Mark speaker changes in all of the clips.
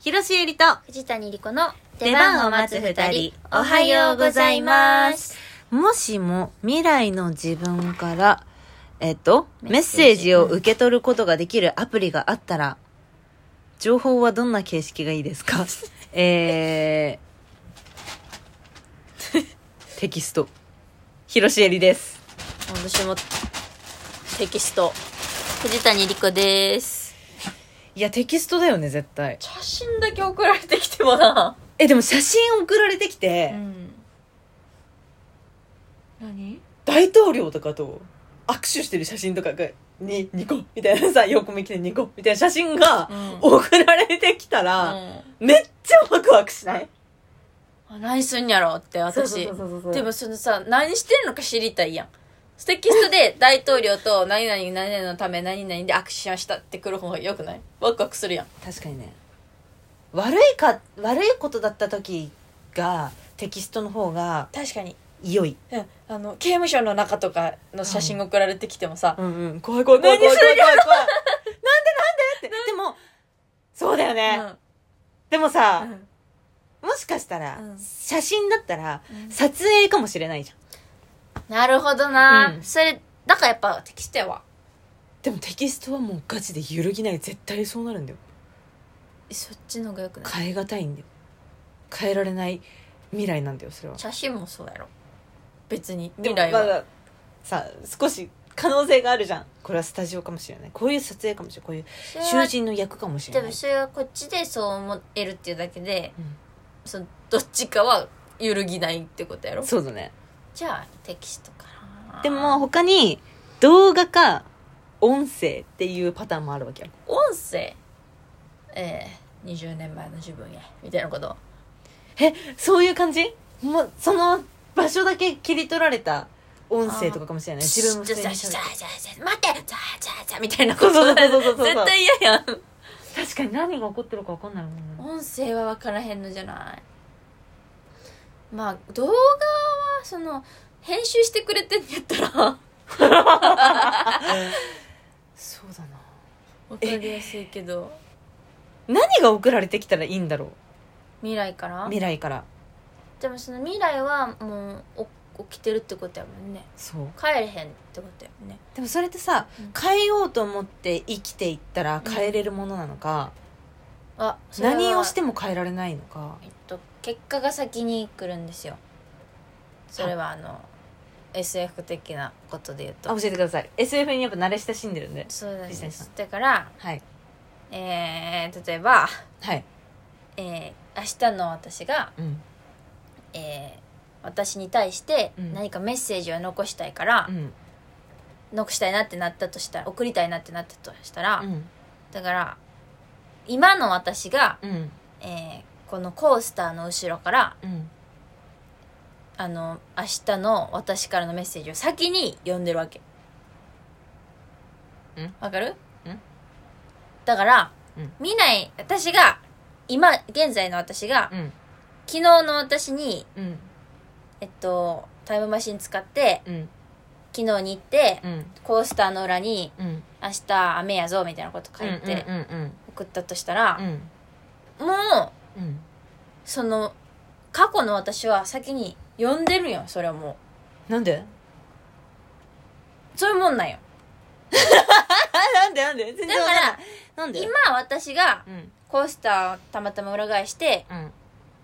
Speaker 1: 広瀬えりと、
Speaker 2: 藤谷莉子の
Speaker 1: 出番を待つ二人、おはようございます。。もしも未来の自分から、えっと、メ
Speaker 2: メ
Speaker 1: ッ
Speaker 2: ッ
Speaker 1: セ
Speaker 2: セ
Speaker 1: ー
Speaker 2: ージ
Speaker 1: ジを受け取ることができるアプリがあったら、情報はどんな形式がいいです かえー、テキスト。広瀬えりです。
Speaker 2: 私もテキスト、藤谷莉子です。
Speaker 1: いや、テキストだよね、絶対。
Speaker 2: 写真だけ送られてきてもな。
Speaker 1: え、でも写真送られてきて、
Speaker 2: ん。何
Speaker 1: 大統領とかと握手してる写真とかが、に、ニコみたいなさ、横向きでニコみたいな写真が
Speaker 2: うん
Speaker 1: 送られてきたら、めっちゃワクワクしない
Speaker 2: うん。何すんやろって私
Speaker 1: そう。そうそうそう
Speaker 2: でもそのさ、何してんのか知りたいやん。テキスト で大統領と何々何々のため何々で握手しましたって来る方がよくないワクワクするやん。
Speaker 1: 確かにね。悪いか、悪いことだった時が、テキストの方が
Speaker 2: 確かに。
Speaker 1: 良い。
Speaker 2: うん、あの刑務所の中とかの写真送られてきてもさ、
Speaker 1: うんうん。怖い怖い怖い怖い怖い怖い怖い。なんでなんでって。でも、そうだよね。でも
Speaker 2: う
Speaker 1: さ、
Speaker 2: ん
Speaker 1: もしかしたら、
Speaker 2: うん
Speaker 1: 写真だったら、
Speaker 2: うん
Speaker 1: 撮影かもしれないじゃん。
Speaker 2: なるほどな、
Speaker 1: うん
Speaker 2: それだからやっぱテキストやわ
Speaker 1: でもテキストはもうガチで揺るぎない絶対そうなるんだよ
Speaker 2: そっちの方がよくない
Speaker 1: 変えがたいんだよ変えられない未来なんだよそれは
Speaker 2: 写真もそうやろ別に未来は、
Speaker 1: でもまださ少し可能性があるじゃんこれはスタジオかもしれないこういう撮影かもしれないこういう
Speaker 2: それは
Speaker 1: 囚人の役かもし
Speaker 2: で
Speaker 1: れな
Speaker 2: も
Speaker 1: い
Speaker 2: それはこっちでそう思えるっていうだけで、
Speaker 1: うん
Speaker 2: そのどっちかは揺るぎないってことやろ
Speaker 1: そうだね
Speaker 2: じゃあテキストかな
Speaker 1: でも他に動画か音声っていうパターンもあるわけよ
Speaker 2: 音声ええ20年前の自分へみたいなこと
Speaker 1: えそういう感じもうその場所だけ切り取られた音声とかかもしれない自分も普
Speaker 2: じゃ
Speaker 1: 通に
Speaker 2: じゃ
Speaker 1: 喋
Speaker 2: じ
Speaker 1: る
Speaker 2: ゃじゃ待ってじゃじゃじゃみたいなこと
Speaker 1: そうそうそうそうそう
Speaker 2: 絶対嫌やん
Speaker 1: 確かに何が起こってるか分かんないもんね
Speaker 2: 音声は分からへんのじゃないまあ動画はその編集してくれてんやった らわ
Speaker 1: そうだな
Speaker 2: かりやすいけど
Speaker 1: 何が送られてきたらいいんだろ
Speaker 2: 未来か
Speaker 1: う
Speaker 2: ら
Speaker 1: 未来から
Speaker 2: でもその未来はもうお起きてるってことやもんね
Speaker 1: そう
Speaker 2: 帰れへんってことやもんね
Speaker 1: でもそれってさ、
Speaker 2: うん
Speaker 1: 変えようと思って生きていったら変えれるものなのか、
Speaker 2: あそれは
Speaker 1: 何をしても変えられないのか
Speaker 2: えっと結果が先に来るんですよそれはあの SF 的なことで言う
Speaker 1: あ教
Speaker 2: と
Speaker 1: えてください SF にやっぱ慣れ親しんでるんで
Speaker 2: そうなんで
Speaker 1: 藤谷さ
Speaker 2: すだから
Speaker 1: はい
Speaker 2: えー、例えば、
Speaker 1: はい
Speaker 2: えー、明日の私が、
Speaker 1: うん
Speaker 2: えー、私に対して
Speaker 1: うん
Speaker 2: 何かメッセージを残したいから
Speaker 1: う、ん
Speaker 2: 残したいなってなったとしたら送りたいなってなったとしたら、
Speaker 1: うん
Speaker 2: だから今の私が、
Speaker 1: うん
Speaker 2: えー、このコースターの後ろから
Speaker 1: うん
Speaker 2: あの明日の私からのメッセージを先に読んでるわけ
Speaker 1: ん
Speaker 2: わかる
Speaker 1: ん
Speaker 2: だから、
Speaker 1: うん
Speaker 2: 見ない私が今現在の私が、
Speaker 1: うん
Speaker 2: 昨日の私に
Speaker 1: うん
Speaker 2: えっとタイムマシン使って
Speaker 1: うん
Speaker 2: 昨日に行って、
Speaker 1: うん
Speaker 2: コースターの裏に
Speaker 1: うん
Speaker 2: 「明日雨やぞ」みたいなこと書いて
Speaker 1: うんうん
Speaker 2: 送ったとしたら
Speaker 1: う、ん
Speaker 2: もう
Speaker 1: うん
Speaker 2: その過去の私は先に読んでるよそれはも
Speaker 1: なんで
Speaker 2: うそういうもんなんよ
Speaker 1: なんでなんで全
Speaker 2: だから
Speaker 1: なんで
Speaker 2: 今私が
Speaker 1: うん
Speaker 2: コースターをたまたま裏返して
Speaker 1: うん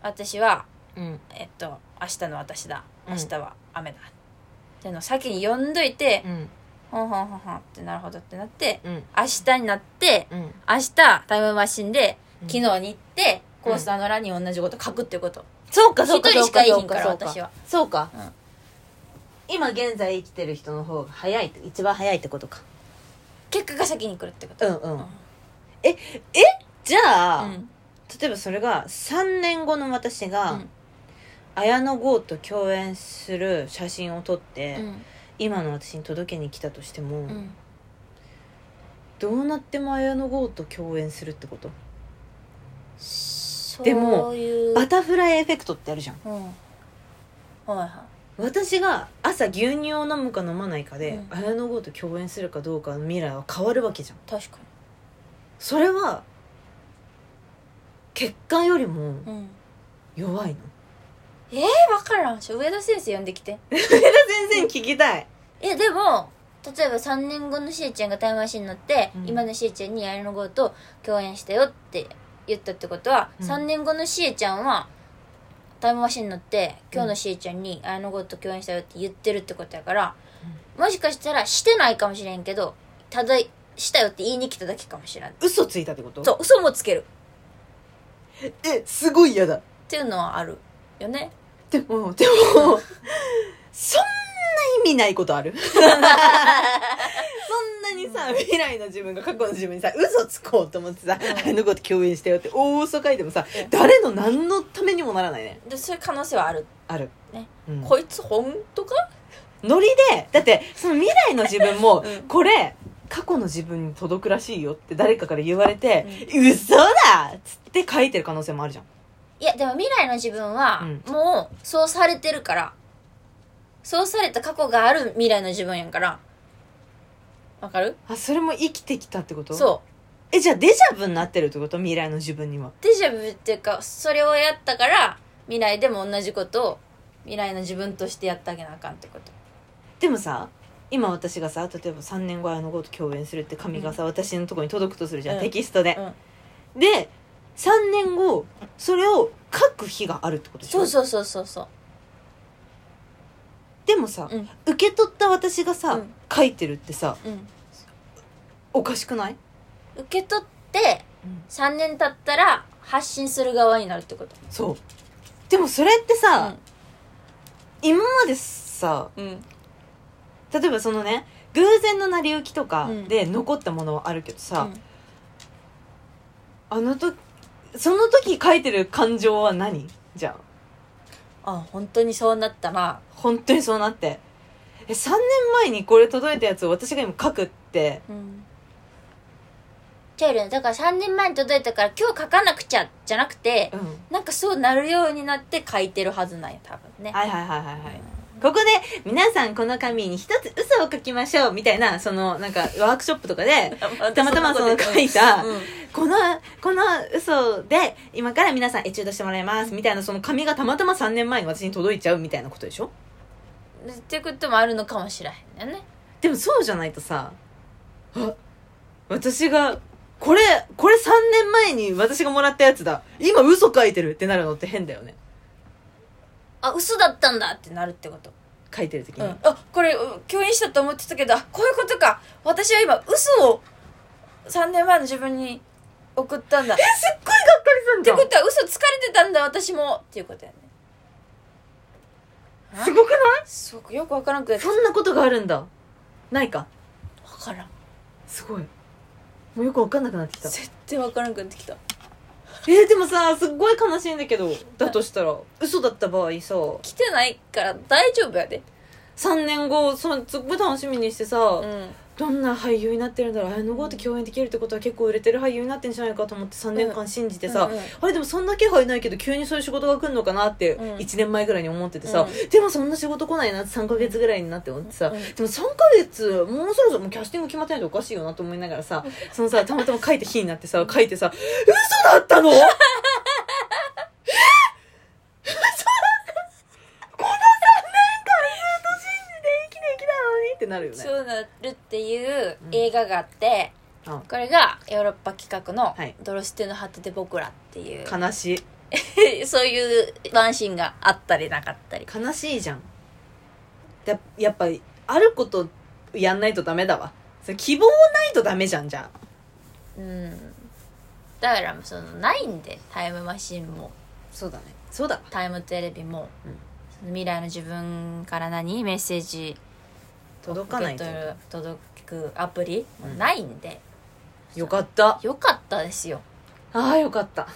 Speaker 2: 私は
Speaker 1: うん
Speaker 2: えっと明日の私だ
Speaker 1: うん
Speaker 2: 明日は雨だ、っていうのを先に読んどいて、
Speaker 1: うん
Speaker 2: ほんほんほんほんってなるほどってなって
Speaker 1: うん
Speaker 2: 明日になって
Speaker 1: うん
Speaker 2: 明日タイムマシンで
Speaker 1: うん
Speaker 2: 昨日に行って、コースターの裏に同じこと書くっていうこと
Speaker 1: そうか
Speaker 2: 一
Speaker 1: そうか
Speaker 2: 人
Speaker 1: そう
Speaker 2: しか
Speaker 1: か
Speaker 2: い
Speaker 1: そ
Speaker 2: ひ
Speaker 1: うんか
Speaker 2: から
Speaker 1: そうか
Speaker 2: 私は
Speaker 1: そうか、
Speaker 2: うん
Speaker 1: 今現在生きてる人の方が早いって一番早いってことか
Speaker 2: 結果が先に来るってこ
Speaker 1: う
Speaker 2: と、
Speaker 1: んうん
Speaker 2: ん
Speaker 1: ええじゃあ、
Speaker 2: うん
Speaker 1: 例えばそれが3年後の私が、
Speaker 2: うん
Speaker 1: 綾野剛と共演する写真を撮って、
Speaker 2: うん
Speaker 1: 今の私に届けに来たとしても、
Speaker 2: うん
Speaker 1: どうなっても綾野剛と共演するってこと
Speaker 2: そう
Speaker 1: でも
Speaker 2: いう
Speaker 1: バタフライエフェクトってあるじゃん
Speaker 2: うんはいは
Speaker 1: 私が朝牛乳を飲むか飲まないかで、
Speaker 2: うん
Speaker 1: 綾野剛と共演するかどうかの未来は変わるわけじゃん
Speaker 2: い確かに
Speaker 1: それは血管よりも
Speaker 2: うん
Speaker 1: 弱いの
Speaker 2: えー、分からんし上田先生呼んできて
Speaker 1: 全然聞きたい
Speaker 2: いやでも例えば3年後のしーちゃんがタイムマシンに乗って、
Speaker 1: うん
Speaker 2: 今のしーちゃんにやりの号と共演したよって言ったってことは、
Speaker 1: うん
Speaker 2: 3年後のしーちゃんはタイムマシンに乗って今日のしーちゃんに綾野剛と共演したよって言ってるってことやから、もしかしたらしてないかもしれんけどただしたよって言いに来ただけかもしれん
Speaker 1: 嘘ついたってこと
Speaker 2: そう嘘もつける
Speaker 1: えすごい嫌だ
Speaker 2: っていうのはあるよね
Speaker 1: でもでもそんな意味ないことあるそんなにさ、未来の自分が過去の自分にさ嘘つこうと思ってさ、
Speaker 2: うん
Speaker 1: あの子と共演したよって大嘘書いてもさ、
Speaker 2: うん
Speaker 1: 誰の何のためにもならないね
Speaker 2: でそういう可能性はある、
Speaker 1: ある、
Speaker 2: ね
Speaker 1: うん
Speaker 2: こいつ本当か
Speaker 1: ノリでだってその未来の自分も、
Speaker 2: うん
Speaker 1: これ過去の自分に届くらしいよって誰かから言われて、嘘だっつって書いてる可能性もあるじゃん
Speaker 2: いやでも未来の自分は
Speaker 1: う
Speaker 2: もうそうされてるから、そうされた過去がある未来の自分やからわかる
Speaker 1: あそれも生きてきたってこと
Speaker 2: そ
Speaker 1: えじゃあデジャブになってるってこと未来の自分には
Speaker 2: うデジャブっていうかそれをやったから未来でも同じことを未来の自分としてやってあげなあかんってこと
Speaker 1: でもさ今私がさ例えば3年後あの子と共演するって紙がさ、私のとこに届くとするじゃん、
Speaker 2: うん
Speaker 1: テキストで、
Speaker 2: うん
Speaker 1: で3年後それを書く日があるってことでしょ
Speaker 2: そうそうそうそうそう
Speaker 1: でもさ、
Speaker 2: うん
Speaker 1: 受け取った私がさ、
Speaker 2: うん
Speaker 1: 書いてるってさ
Speaker 2: うん
Speaker 1: おかしくない
Speaker 2: 受け取って
Speaker 1: うん
Speaker 2: 3年経ったら発信する側になるってこと
Speaker 1: そうでもそれってさ、今までさ
Speaker 2: うんうん
Speaker 1: 例えばそのね偶然の成り行きとか
Speaker 2: うん
Speaker 1: で残ったものはあるけどさ、
Speaker 2: うん
Speaker 1: あの時その時書いてる感情は何じゃあ
Speaker 2: あ本当にそうなったな
Speaker 1: 本当にそうなってえ3年前にこれ届いたやつを私が今書くって
Speaker 2: ちゃうよねだから3年前に届いたから今日書かなくちゃじゃなくて
Speaker 1: うん
Speaker 2: なんかそうなるようになって書いてるはずなんや多分ね
Speaker 1: はいはいはいはいはいここで皆さんこの紙に一つ嘘を書きましょうみたいなそのなんかワークショップとかでたまたまその書いた
Speaker 2: うん
Speaker 1: このこの嘘で今から皆さんエチュードしてもらいますみたいなその紙がたまたま3年前に私に届いちゃうみたいなことでしょ
Speaker 2: ってこともあるのかもしれへんよね
Speaker 1: でもそうじゃないとさあ私がこれこれ3年前に私がもらったやつだ今嘘書いてるってなるのって変だよね
Speaker 2: あ嘘だったんだってなるってこと、
Speaker 1: 書いてる時
Speaker 2: う
Speaker 1: に、
Speaker 2: ん、あこれうん共演したと思ってたけどあこういうことか私は今嘘を3年前の自分に送ったんだっ
Speaker 1: えすっごいがっかりするん
Speaker 2: て
Speaker 1: じゃん
Speaker 2: ことは嘘疲れてたんだ私もっていうことやね
Speaker 1: すごくない
Speaker 2: すごくよくわからんくて
Speaker 1: そんなことがあるんだないか
Speaker 2: わからん
Speaker 1: すごいもうよく分かんなくなってきた
Speaker 2: 絶対わからんくなってきた
Speaker 1: えー、でもさすっごい悲しいんだけどだとしたら嘘だった場合さ
Speaker 2: 来てないから大丈夫やで
Speaker 1: 3年後そのすっごい楽しみにしてさ、
Speaker 2: うん
Speaker 1: どんな俳優になってるんだろう綾野剛って共演できるってことは結構売れてる俳優になってんじゃないかと思って3年間信じてさ、
Speaker 2: うんうんうん
Speaker 1: あれでもそんな気配ないけど急にそういう仕事が来るのかなって
Speaker 2: うん
Speaker 1: 1年前ぐらいに思っててさ、
Speaker 2: う
Speaker 1: でもそんな仕事来ないなって3ヶ月ぐらいになって思ってさ、
Speaker 2: うん
Speaker 1: でも3ヶ月もうそろそろもうキャスティング決まってないとおかしいよなと思いながらさそのさたまたま書いた日になってさ書いてさ嘘だったのえ嘘だったこの3年間ずっと信じて生きてきたのにってなるよね
Speaker 2: そうなるっていう
Speaker 1: うん
Speaker 2: 映画があって、
Speaker 1: あ
Speaker 2: これがヨーロッパ企画の
Speaker 1: はい
Speaker 2: 「ドロステの果てで僕ら」っていう、
Speaker 1: 悲しい
Speaker 2: そういうワンシーンがあったりなかったり
Speaker 1: 悲しいじゃんややっぱりあることやんないとダメだわそれ希望ないとダメじゃんじゃあ
Speaker 2: うんだからそのないんでタイムマシンも
Speaker 1: そうだねそうだ
Speaker 2: タイムテレビも、
Speaker 1: うん
Speaker 2: その未来の自分から何メッセージ
Speaker 1: 届かないと
Speaker 2: 受け取る届くアプリ、もうないんで
Speaker 1: よかった
Speaker 2: よかったですよ
Speaker 1: ああよかった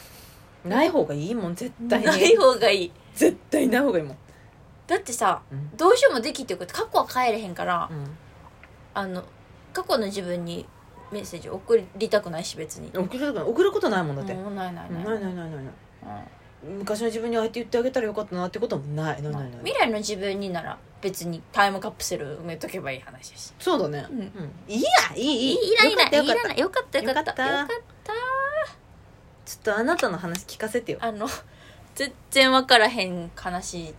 Speaker 1: ない方がいいもん絶対に
Speaker 2: ない方がいい
Speaker 1: 絶対ない方がいいもん、
Speaker 2: だってさ
Speaker 1: うん
Speaker 2: どうしようもできってこと過去は変えれへんから、
Speaker 1: う
Speaker 2: あの過去の自分にメッセージ送りたくないし別
Speaker 1: ん、
Speaker 2: に
Speaker 1: 送ることない送ることないもんだって、
Speaker 2: もうないないない、
Speaker 1: ないないないないない
Speaker 2: うん
Speaker 1: 昔の自分にああやって言ってあげたらよかったなってこともないないないない
Speaker 2: 未来の自分になら別にタイムカプセル埋めとけばいい話だし
Speaker 1: そうだね、
Speaker 2: うん
Speaker 1: いいやいい
Speaker 2: い
Speaker 1: いい
Speaker 2: いいらないい
Speaker 1: よかったよからった
Speaker 2: ないよかったよかっ
Speaker 1: よかった
Speaker 2: たよかった
Speaker 1: ちょっとあなたの話聞かせてよ
Speaker 2: あの 全然分からへん悲しい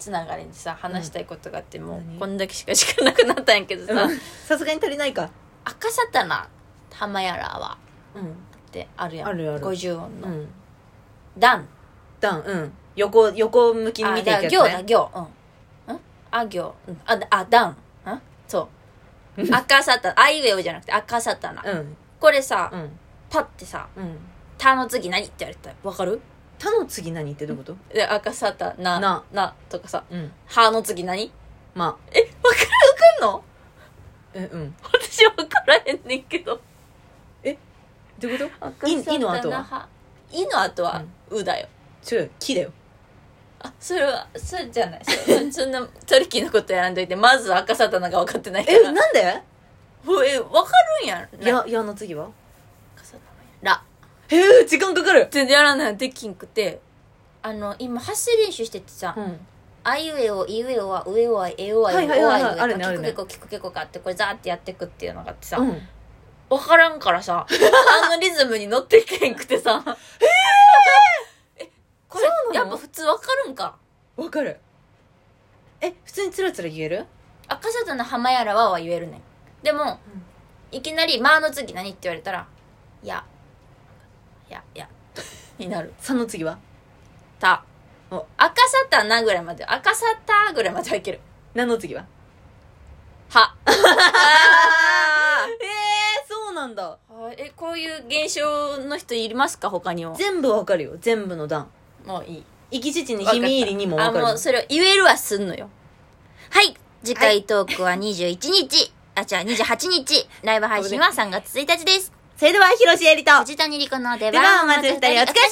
Speaker 2: つながりにさ話したいことがあって、もう
Speaker 1: 何
Speaker 2: こんだけしか時間なくなったんやけどさ
Speaker 1: うんさすがに足りないか
Speaker 2: 赤サタナ浜やらは
Speaker 1: うん
Speaker 2: ってあるやん
Speaker 1: あるある
Speaker 2: 50音の、
Speaker 1: うん
Speaker 2: 段
Speaker 1: 段うん横横向きに見てい
Speaker 2: あ
Speaker 1: く
Speaker 2: だ
Speaker 1: やつ
Speaker 2: 行だ
Speaker 1: ね
Speaker 2: 行うんんあ行うんあだあ段ん そう赤サタナあいうえおじゃなくて赤サタナ、
Speaker 1: うん
Speaker 2: これさ、
Speaker 1: うん
Speaker 2: パッてさ
Speaker 1: うん
Speaker 2: 「た」の次何って言われたら分かる
Speaker 1: 他の次何ってどういうこと
Speaker 2: で赤サタナ
Speaker 1: な
Speaker 2: なとかさ
Speaker 1: うん
Speaker 2: 「は」の次何
Speaker 1: まあ
Speaker 2: 来んの
Speaker 1: えうん
Speaker 2: 私分からへんねんけど
Speaker 1: どういうこといいの後は
Speaker 2: 「い」の後は「う」だよ
Speaker 1: 違うよ木だよ
Speaker 2: あそれはそれじゃないそれそんな トリッキーなことやらんといてまず赤サタナが分かってないか
Speaker 1: え
Speaker 2: ら
Speaker 1: なんで
Speaker 2: ほえ分かるんやん
Speaker 1: いやいやの次は
Speaker 2: 赤サタナら
Speaker 1: へえ時間かかる
Speaker 2: 全然やらないできんくてあの今発声練習しててさ
Speaker 1: うん
Speaker 2: あいうえおいうえおはうえおはえおは
Speaker 1: は
Speaker 2: え
Speaker 1: い
Speaker 2: お
Speaker 1: はい
Speaker 2: は
Speaker 1: はい
Speaker 2: え
Speaker 1: はい
Speaker 2: お
Speaker 1: あ
Speaker 2: はえ
Speaker 1: る
Speaker 2: お
Speaker 1: ね
Speaker 2: は
Speaker 1: あ
Speaker 2: 聞
Speaker 1: る
Speaker 2: く
Speaker 1: ね
Speaker 2: けこ聞くけこかってこれザーってやってくっていうのがあってさ
Speaker 1: う
Speaker 2: 分
Speaker 1: ん
Speaker 2: からんからさあのリズムに乗ってけんくてさえこれ
Speaker 1: そうな
Speaker 2: や
Speaker 1: の
Speaker 2: っぱ普通分かるんか
Speaker 1: わかるえ普通につらつら言える
Speaker 2: 赤里の浜やらはは言えるねんでも、いきなり「まあ」の次何って言われたら「や」「や」「や」になる
Speaker 1: 3の次は
Speaker 2: 「た」
Speaker 1: お
Speaker 2: 赤さたなぐらいまで赤さたぐらいまではいける
Speaker 1: 何の次は
Speaker 2: 「は」あ
Speaker 1: ええそうなんだ
Speaker 2: ー えこういう現象の人いますか他にも
Speaker 1: 全部わかるよ全部の段
Speaker 2: もういい
Speaker 1: 生き父にひみ入りにもわか
Speaker 2: あ
Speaker 1: る
Speaker 2: もうそれを言えるはすんのよはい次回トークは21日、あ違う28日ライブ配信は3月1日です
Speaker 1: それでは広瀬えりと
Speaker 2: 藤谷莉子の出
Speaker 1: 出番
Speaker 2: 番
Speaker 1: を
Speaker 2: を
Speaker 1: 待
Speaker 2: 待
Speaker 1: つ
Speaker 2: つ
Speaker 1: 二人
Speaker 2: 二人
Speaker 1: お疲れ様
Speaker 2: お疲れ様